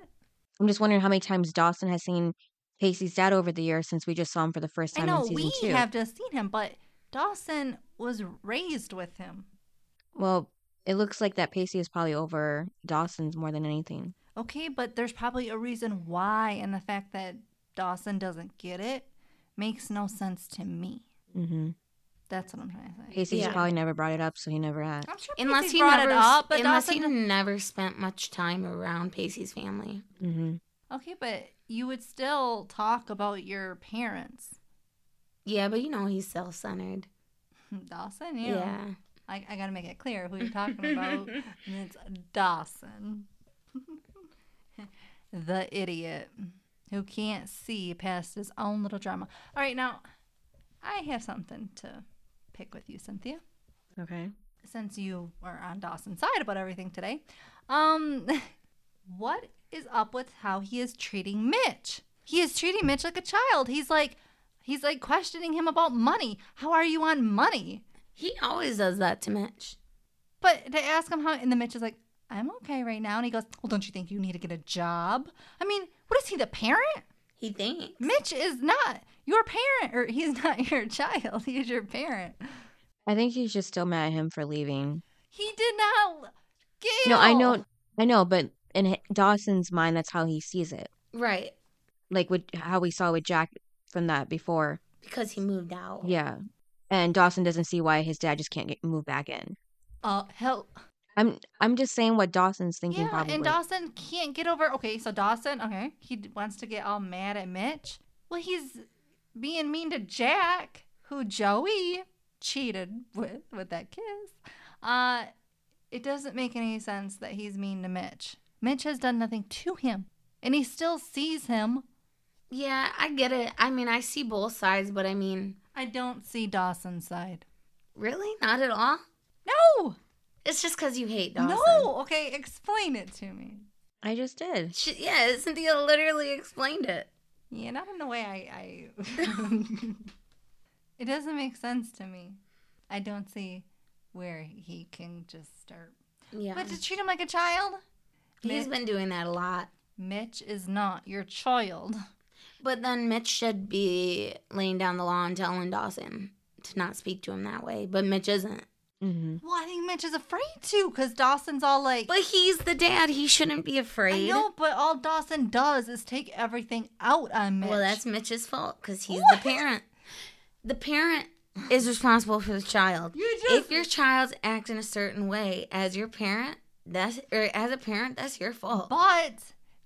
C: I'm just wondering how many times Dawson has seen Casey's dad over the years since we just saw him for the first
B: I
C: time
B: know
C: in season
B: we
C: two.
B: have just seen him, but Dawson was raised with him.
C: Well, it looks like that Pacey is probably over Dawson's more than anything.
B: Okay, but there's probably a reason why, and the fact that Dawson doesn't get it makes no sense to me.
C: Mm-hmm.
B: That's what I'm trying to say.
C: Casey's
D: Yeah.
C: probably never brought it up, so he never asked.
B: I'm sure
D: Unless
B: Pacey
D: he
B: brought
D: never,
B: it up, but
D: unless
B: Dawson.
D: he never spent much time around Pacey's family.
C: Mm-hmm.
B: Okay, but you would still talk about your parents,
D: Yeah, but you know he's self-centered.
B: Dawson. Yeah,
D: Yeah.
B: I, I gotta make it clear who you're talking about, and it's Dawson, the idiot who can't see past his own little drama. All right, now I have something to pick with you, Cynthia.
C: Okay.
B: since you are on Dawson's side about everything today, um, what is up with how he is treating Mitch? He is treating Mitch like a child. He's like, he's like questioning him about money. How are you on money?
D: He always does that to Mitch.
B: But to ask him how, and the Mitch is like, I'm okay right now. And he goes, Well, don't you think you need to get a job? I mean, what is he, the parent?
D: He thinks.
B: Mitch is not your parent, or he's not your child. He's your parent.
C: I think he's just still mad at him for leaving.
B: He did not. Gail.
C: No, I know, I know, but in h- Dawson's mind, that's how he sees it.
D: Right.
C: Like with how we saw with Jack from that before.
D: Because he moved out.
C: Yeah, and Dawson doesn't see why his dad just can't get moved back in.
B: Uh, hell,
C: I'm I'm just saying what Dawson's thinking.
B: yeah,
C: probably.
B: and Dawson can't get over. Okay, so Dawson, okay, he d- wants to get all mad at Mitch. Well, he's being mean to Jack, who Joey cheated with with that kiss. Uh, it doesn't make any sense that he's mean to Mitch. Mitch has done nothing to him, and he still sees him.
D: Yeah, I get it. I mean, I see both sides, but I mean,
B: I don't see Dawson's side.
D: really? Not at all?
B: No,
D: It's just because you hate Dawson.
B: no. Okay, explain it to me.
C: I just did.
D: She, yeah, Cynthia literally explained it.
B: Yeah, not in the way I. I... it doesn't make sense to me. I don't see where he can just start.
D: Yeah.
B: But to treat him like a child?
D: He's
B: Mitch,
D: been doing that a lot.
B: Mitch is not your child.
D: But then Mitch should be laying down the law and telling Dawson to not speak to him that way. But Mitch isn't.
C: Mm-hmm.
B: Well, I think Mitch is afraid to because Dawson's all like,
D: But he's the dad. He shouldn't be
B: I
D: afraid.
B: know, but all Dawson does is take everything out on Mitch.
D: Well, that's Mitch's fault because he's
B: What?
D: the parent. The parent is responsible for the child.
B: You
D: if
B: just-
D: your child's acting a certain way as your parent, that's or as a parent, that's your fault.
B: But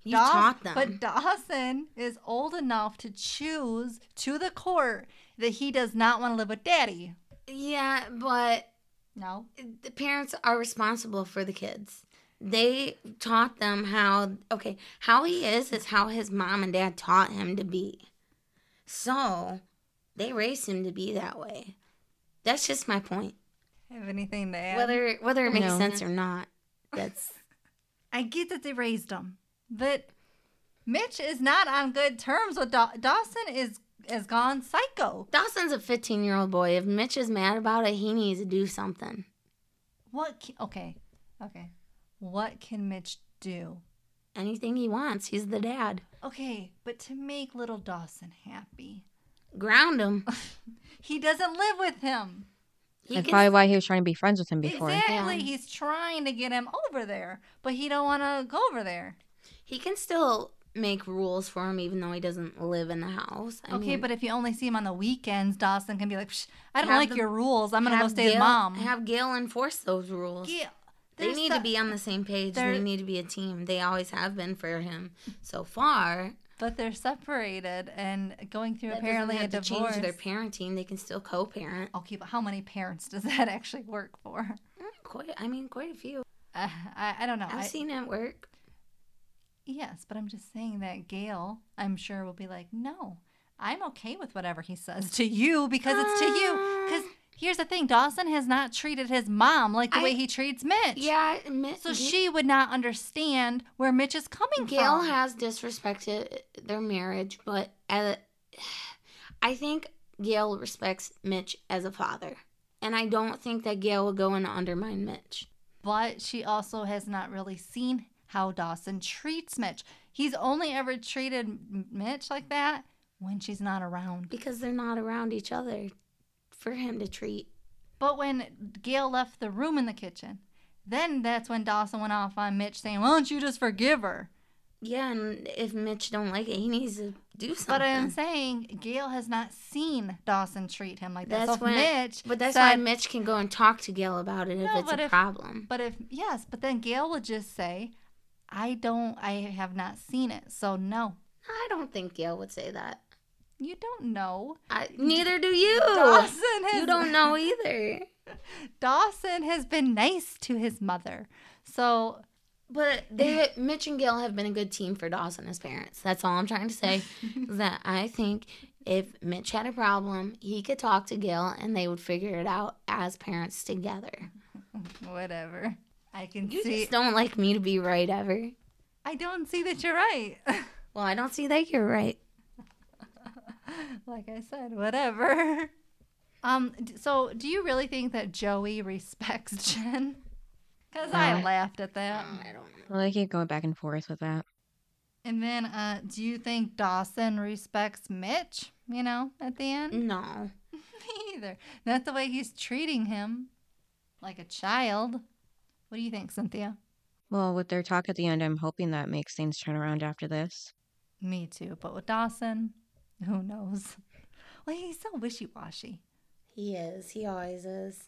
D: You taught them.
B: But Dawson is old enough to choose to the court that he does not want to live with Daddy.
D: yeah, but
B: No.
D: the parents are responsible for the kids. They taught them how okay, how he is is how his mom and dad taught him to be. So they raised him to be that way. That's just my point.
B: Have anything to add?
D: Whether whether it makes
C: No.
D: sense or not, that's
B: I get that they raised him, but Mitch is not on good terms with Daw- Dawson. Is has gone psycho.
D: Dawson's a 15 year old boy. If Mitch is mad about it, he needs to do something.
B: What? Can, okay, okay. What can Mitch do?
D: Anything he wants, he's the dad.
B: Okay, but to make little Dawson happy,
D: Ground him.
B: he doesn't live with him.
D: He
C: That's
D: can-
C: probably why he was trying to be friends with him before.
B: Exactly.
D: Yeah.
B: He's trying to get him over there, but he don't want to go over there.
D: he can still make rules for him, even though he doesn't live in the house. I
B: okay,
D: mean,
B: but if you only see him on the weekends, Dawson can be like, Psh, "I don't
D: Have
B: like
D: the-
B: your rules. I'm gonna
D: have
B: go stay with
D: Gail-
B: mom."
D: Have Gail enforce those rules.
B: Yeah,
D: they
B: there's
D: need to
B: so-
D: be on the same page.
B: there-
D: They need to be a team. They always have been for him so far.
B: But they're separated and going through
D: That doesn't
B: apparently a
D: have to
B: divorce.
D: change their parenting. They can still co-parent.
B: okay, but how many parents does that actually work for?
D: Quite, I mean, quite a few.
B: Uh, I, I don't know.
D: I've
B: I-
D: seen it work.
B: Yes, but I'm just saying that Gail, I'm sure, will be like, no, I'm okay with whatever he says to you because it's to
D: Ah.
B: you. Because here's the thing Dawson has not treated his mom like the
D: I-
B: way he treats Mitch.
D: Yeah, Mi-
B: So
D: Ga-
B: she would not understand where Mitch is coming
D: Gail
B: from.
D: has disrespected their marriage, but uh, I think Gail respects Mitch as a father, and I don't think that Gail will go and undermine Mitch.
B: but she also has not really seen how Dawson treats Mitch. He's only ever treated M- Mitch like that when she's not around.
D: because they're not around each other for him to treat.
B: But when Gail left the room in the kitchen, then that's when Dawson went off on Mitch saying, Why don't you just forgive her?
D: Yeah, and if Mitch don't like it, he needs to do something.
B: But uh, I'm saying Gail has not seen Dawson treat him like that.
D: that's
B: so
D: when
B: when Mitch
D: But that's why
B: said,
D: Mitch can go and talk to Gail about it if
B: No,
D: it's
B: but
D: a
B: if-
D: problem.
B: But if yes, but then Gail would just say, I don't I have not seen it. So no.
D: I don't think Gail would say that.
B: You don't know.
D: I, neither do you.
B: Dawson has
D: You don't know either.
B: Dawson has been nice to his mother. So
D: But they, Mitch and Gail have been a good team for Dawson as parents. That's all I'm trying to say. is that I think if Mitch had a problem, he could talk to Gail and they would figure it out as parents together.
B: whatever. I can
D: You
B: see
D: just don't like me to be right ever.
B: I don't see that you're right.
D: Well, I don't see that you're right.
B: like I said, whatever. Um d- so do you really think that Joey respects Jen? Cuz I
C: No.
B: laughed at that.
D: Um, I don't know.
C: Well, they keep going back and forth with that.
B: And then, uh, do you think Dawson respects Mitch? You know, at the
D: Mm.
B: end,
D: No.
B: me either. That's the way he's treating him, like a child. What do you think, Cynthia?
C: Well, with their talk at the end, I'm hoping that makes things turn around after this.
B: Me too. But with Dawson, who knows? Well, he's so wishy-washy.
D: He is. He always is.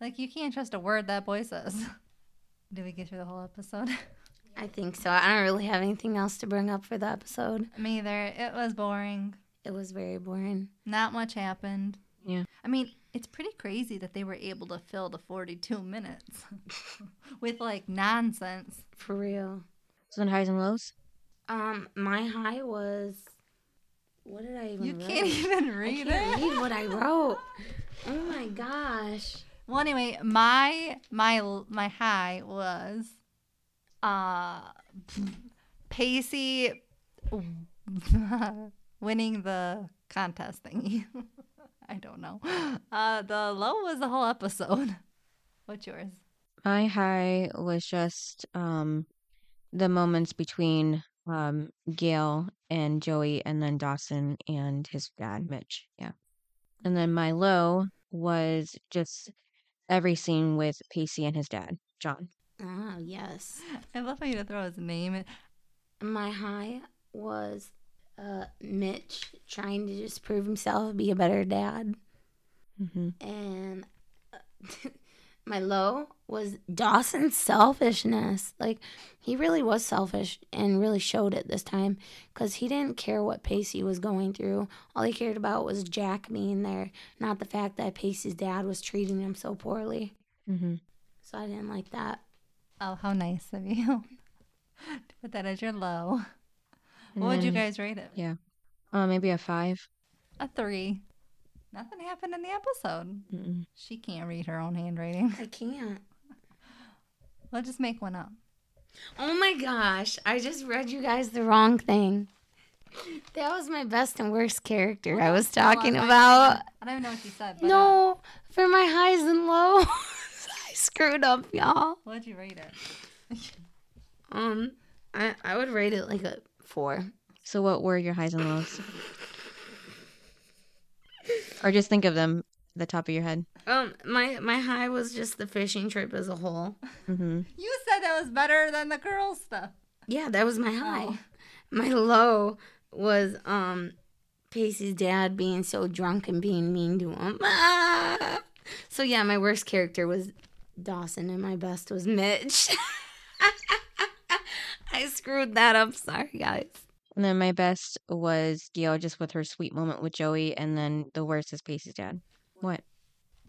B: Like you can't trust a word that boy says. Did we get through the whole episode?
D: I think so. I don't really have anything else to bring up for the episode.
B: me either. It was boring.
D: It was very boring.
B: Not much happened.
C: Yeah.
B: I mean, it's pretty crazy that they were able to fill the 42 minutes with like nonsense.
D: For real.
C: So then highs and lows.
D: Um, my high was what did I even
B: You
D: write?
B: can't even read
D: I can't
B: it.
D: read what I wrote. Oh my gosh.
B: Well, anyway, my my my high was uh Pacey winning the contest thingy. I don't know. Uh, the low was the whole episode. What's yours?
C: My high was just um the moments between um Gail and Joey and then Dawson and his dad Mitch. Yeah. And then my low was just every scene with Pacey and his dad, John.
D: Oh, yes.
B: I love how you throw his name. In.
D: My high was uh, Mitch trying to just prove himself, be a better dad.
C: Mm-hmm.
D: And uh, my low was Dawson's selfishness. Like, he really was selfish and really showed it this time because he didn't care what Pacey was going through. All he cared about was Jack being there, not the fact that Pacey's dad was treating him so poorly.
C: Mm-hmm.
D: So I didn't like that.
B: Oh, how nice of you to put that as your low. What
C: Mm.
B: would you guys rate it?
C: Yeah. Uh, maybe a five.
B: A three. Nothing happened in the episode.
C: Mm-mm.
B: She can't read her own handwriting.
D: I can't.
B: We'll just make one up.
D: Oh my gosh, I just read you guys the wrong thing. That was my best and worst character I was talking
B: Well, I-
D: about.
B: I don't even know what you said. But, uh,
D: No, for my highs and lows. I screwed up, y'all.
B: what'd you rate it?
D: Um, I, I would rate it like a four.
C: So, what were your highs and lows? or just think of them at the top of your head.
D: Um, my my high was just the fishing trip as a whole.
C: Mm-hmm.
B: You said that was better than the girl stuff.
D: Yeah, that was my high. My low was um Pacey's dad being so drunk and being mean to him. Ah! So yeah, my worst character was Dawson and my best was Mitch. I screwed that up. Sorry, guys.
C: And then my best was Gail just with her sweet moment with Joey. And then the worst is Pacey's dad. What?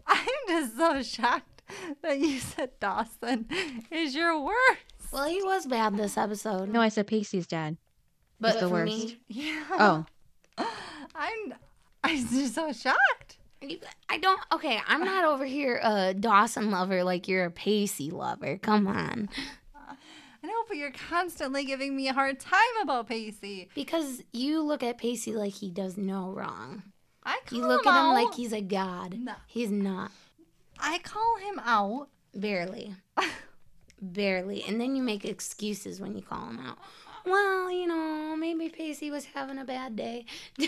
B: I'm just so shocked that you said Dawson is your worst.
D: Well, he was bad this episode.
C: No, I said Pacey's dad.
D: but
C: the
D: for
C: worst.
D: me,
B: Yeah.
C: Oh,
B: I'm I'm just so shocked.
D: you- I don't. Okay, I'm not over here a Dawson lover like you're a Pacey lover. Come on,
B: I know, but you're constantly giving me a hard time about Pacey.
D: because you look at Pacey like he does no wrong.
B: I call
D: You look
B: him
D: at him
B: out.
D: like he's a god.
B: No.
D: He's not.
B: I call him out.
D: Barely. Barely. And then you make excuses when you call him out. Well, you know, maybe Pacey was having a bad day.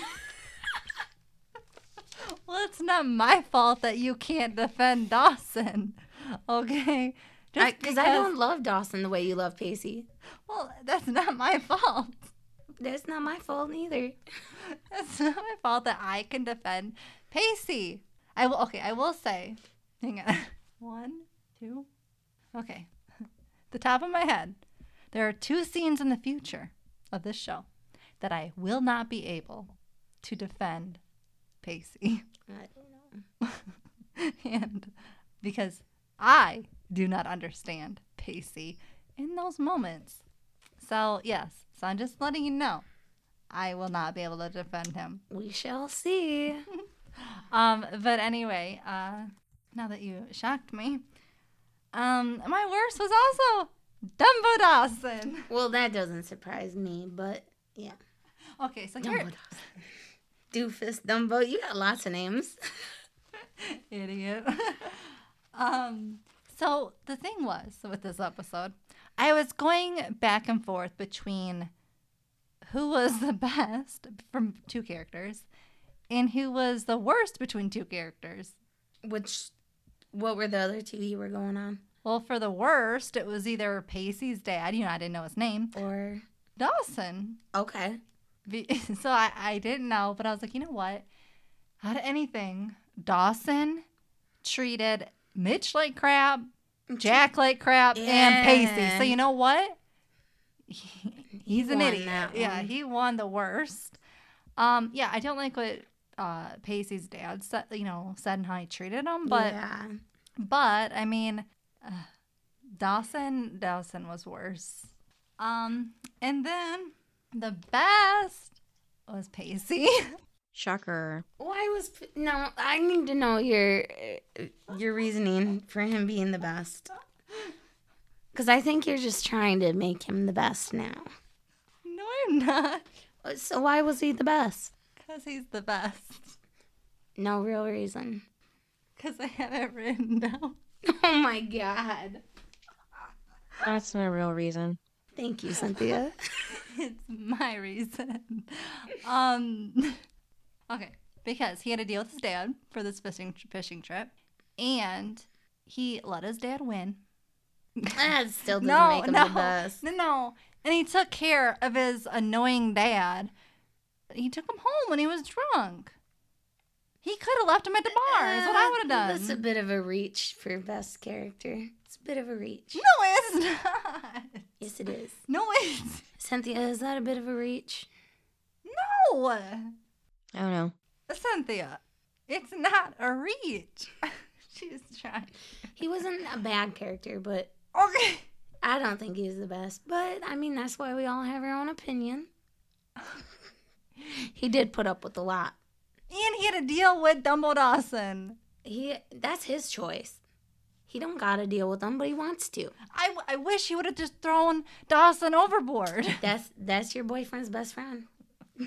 B: Well, it's not my fault that you can't defend Dawson. Okay. Just
D: Because I, don't love Dawson the way you love Pacey.
B: Well, that's not my fault.
D: That's not my fault neither.
B: It's not my fault that I can defend Pacey. I will. Okay, I will say. Hang on. One, two. Okay. The top of my head. There are two scenes in the future of this show that I will not be able to defend Pacey,
D: I don't know.
B: and because I do not understand Pacey in those moments. So yes, so I'm just letting you know, I will not be able to defend him.
D: We shall see.
B: Um, but anyway, uh, now that you shocked me, um, my worst was also Dumbo Dawson.
D: Well, that doesn't surprise me, but yeah.
B: Okay, so
D: Dumbo
B: here,
D: Dawson. Doofus Dumbo. You got lots of names.
B: idiot. um, so the thing was with this episode, I was going back and forth between who was the best from two characters and who was the worst between two characters.
D: Which, what were the other two you were going on?
B: Well, for the worst, it was either Pacey's dad, you know, I didn't know his name,
D: Or,
B: Dawson.
D: okay.
B: Be- so I, I didn't know, but I was like, you know what? Out of anything, Dawson treated Mitch like crap, Jack like crap, and Pacey. So
D: Mm, Yeah.
B: you know what? He's an
D: won
B: idiot.
D: that
B: Yeah,
D: one.
B: he won the worst. Um, yeah, I don't like what uh, Pacey's dad said, you know, said and how he treated him, but
D: yeah.
B: but I mean, ugh, Dawson Dawson was worse. Um, and then the best was Pacey.
C: shocker.
D: Why was no? I need to know your your reasoning for him being the best. Because I think you're just trying to make him the best now.
B: no, I'm not.
D: Uh, So why was he the best?
B: Because he's the best.
D: No real reason.
B: Because I have it written down.
D: Oh my god.
C: That's no real reason.
D: Thank you, Cynthia.
B: it's my reason. Um, okay, because he had to deal with his dad for this fishing fishing trip, and he let his dad win.
D: that still doesn't
B: No,
D: make him
B: no,
D: the best.
B: no, no, and he took care of his annoying dad. He took him home when he was drunk. He could have left him at the bar. Is what
D: Uh,
B: I would have
D: That's a
B: done.
D: bit of a reach for best character. It's a bit of a reach.
B: No, it's not.
D: Yes, it is.
B: No, it's
D: Cynthia, is that a bit of a reach?
B: no.
C: I don't know.
B: Cynthia, it's not a reach. She's trying.
D: He wasn't a bad character, but
B: Okay.
D: I don't think he's the best. But I mean, that's why we all have our own opinion. he did put up with a lot.
B: And he had to deal with Dumbo Dawson.
D: He that's his choice. He don't gotta deal with them, but he wants to.
B: I, w- I wish he would have just thrown Dawson overboard.
D: That's that's your boyfriend's best friend.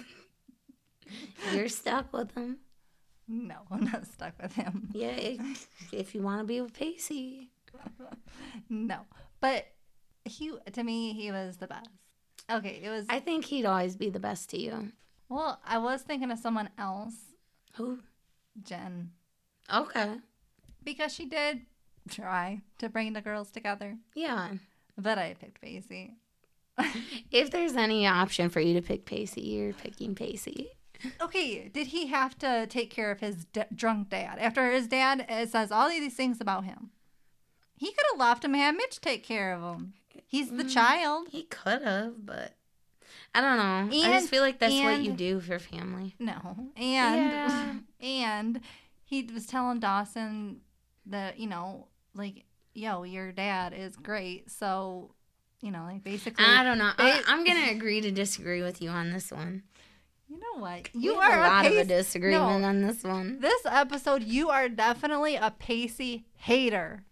D: You're stuck with him.
B: No, I'm not stuck with him.
D: Yeah, if, if you want to be with Pacey,
B: No. But he, to me, he was the best. Okay, it was.
D: I think he'd always be the best to you.
B: well, I was thinking of someone else,
D: Who?
B: Jen,
D: Okay.
B: because she did try to bring the girls together.
D: Yeah.
B: But I picked Pacey.
D: If there's any option for you to pick Pacey, you're picking Pacey.
B: Okay, did he have to take care of his d- drunk dad after his dad uh, says all of these things about him? He could have left him and had Mitch take care of him. He's the child.
D: He could have, but I don't know. I
B: And-
D: just feel like that's what
B: and-
D: you do for family.
B: No, and and he was telling Dawson that you know, like, yo, your dad is great. So, you know, like basically,
D: I don't know. I,
B: They-
D: I'm gonna agree to disagree with you on this one.
B: you know what?
D: We
B: You
D: have
B: are
D: a lot of a
B: Pace-
D: disagreement
B: No.
D: on this one.
B: This episode, you are definitely a Pacey hater.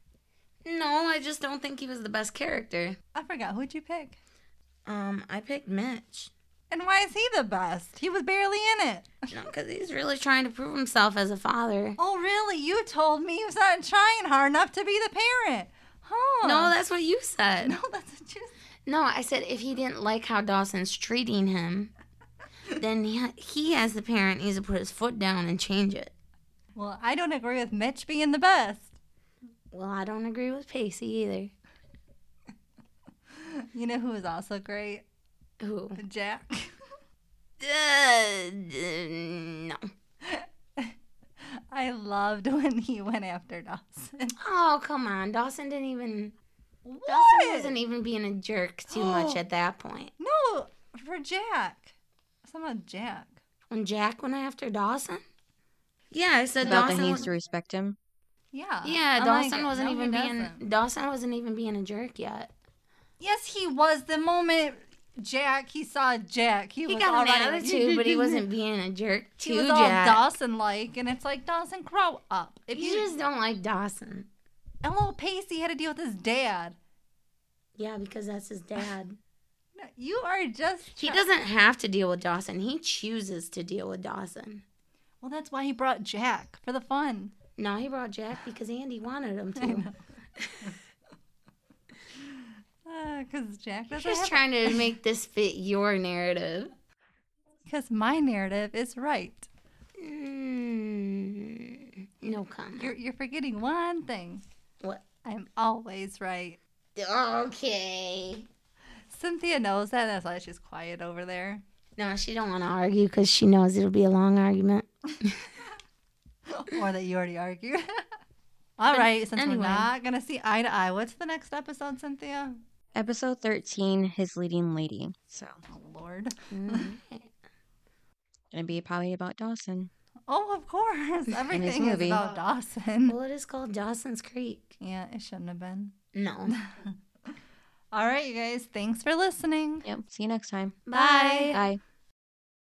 D: No, I just don't think he was the best character.
B: I forgot who'd you pick.
D: Um, I picked Mitch.
B: And why is he the best? He was barely in it.
D: No, because he's really trying to prove himself as a father.
B: Oh, really? You told me he was not trying hard enough to be the parent. Huh?
D: No, that's what you said.
B: no, that's what you.
D: No, I said if he didn't like how Dawson's treating him, then he, he as the parent needs to put his foot down and change it.
B: Well, I don't agree with Mitch being the best.
D: Well, I don't agree with Pacey either.
B: You know who was also great?
D: Who?
B: Jack.
D: Uh, no.
B: I loved when he went after Dawson.
D: Oh, come on. Dawson didn't even. Dawson
B: What?
D: wasn't even being a jerk
B: Oh.
D: too much at that point.
B: e- No, for Jack. Somehow Jack.
D: When Jack went after Dawson? Yeah, I said
C: About that
D: Dawson.
C: he
D: was-
C: needs to respect him.
B: Yeah.
D: yeah,
B: I'm
D: Dawson
B: like,
D: wasn't
B: no, he
D: even
B: doesn't.
D: being Dawson wasn't even being a jerk yet.
B: Yes, he was. The moment Jack, he saw Jack, he,
D: He
B: was
D: got an
B: already-
D: attitude, but he wasn't being a jerk to
B: He was all
D: Jack.
B: Dawson like, and it's like Dawson, grow up. If
D: you
B: you
D: just don't like Dawson.
B: and little Pacey had to deal with his dad.
D: Yeah, because that's his dad.
B: No, You are just
D: he
B: try-
D: doesn't have to deal with Dawson. He chooses to deal with Dawson.
B: Well, that's why he brought Jack for the fun.
D: No, he brought Jack because Andy wanted him to.
B: Because Uh, Jack
D: He's
B: doesn't
D: just
B: have.
D: trying to make this fit your narrative.
B: Because my narrative is right.
D: Mm, no comment.
B: You're you're forgetting one thing.
D: What?
B: I'm always right.
D: Okay.
B: Cynthia knows that. That's why she's quiet over there.
D: No, she don't want to argue because she knows it'll be a long argument.
B: or that you already argued. All right, since we're
D: anyway.
B: not gonna see eye to eye, what's the next episode, Cynthia?
C: Episode 13, His Leading Lady. So,
B: Oh Lord.
D: Mm.
C: gonna be probably about Dawson.
B: Oh, of course. Everything is
C: movie.
B: about Dawson.
D: Well, it is called Dawson's Creek.
B: Yeah, it shouldn't have been.
D: No.
B: All right, you guys. Thanks for listening.
C: Yep. See you next time.
D: Bye.
C: Bye.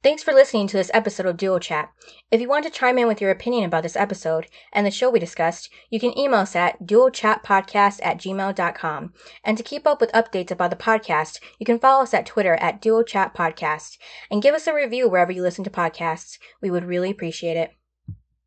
C: Thanks for listening to this episode of Duo Chat. If you want to chime in with your opinion about this episode and the show we discussed, you can email us at duochatpodcast at gmail.com. And to keep up with updates about the podcast, you can follow us at Twitter at duochatpodcast and give us a review wherever you listen to podcasts. We would really appreciate it.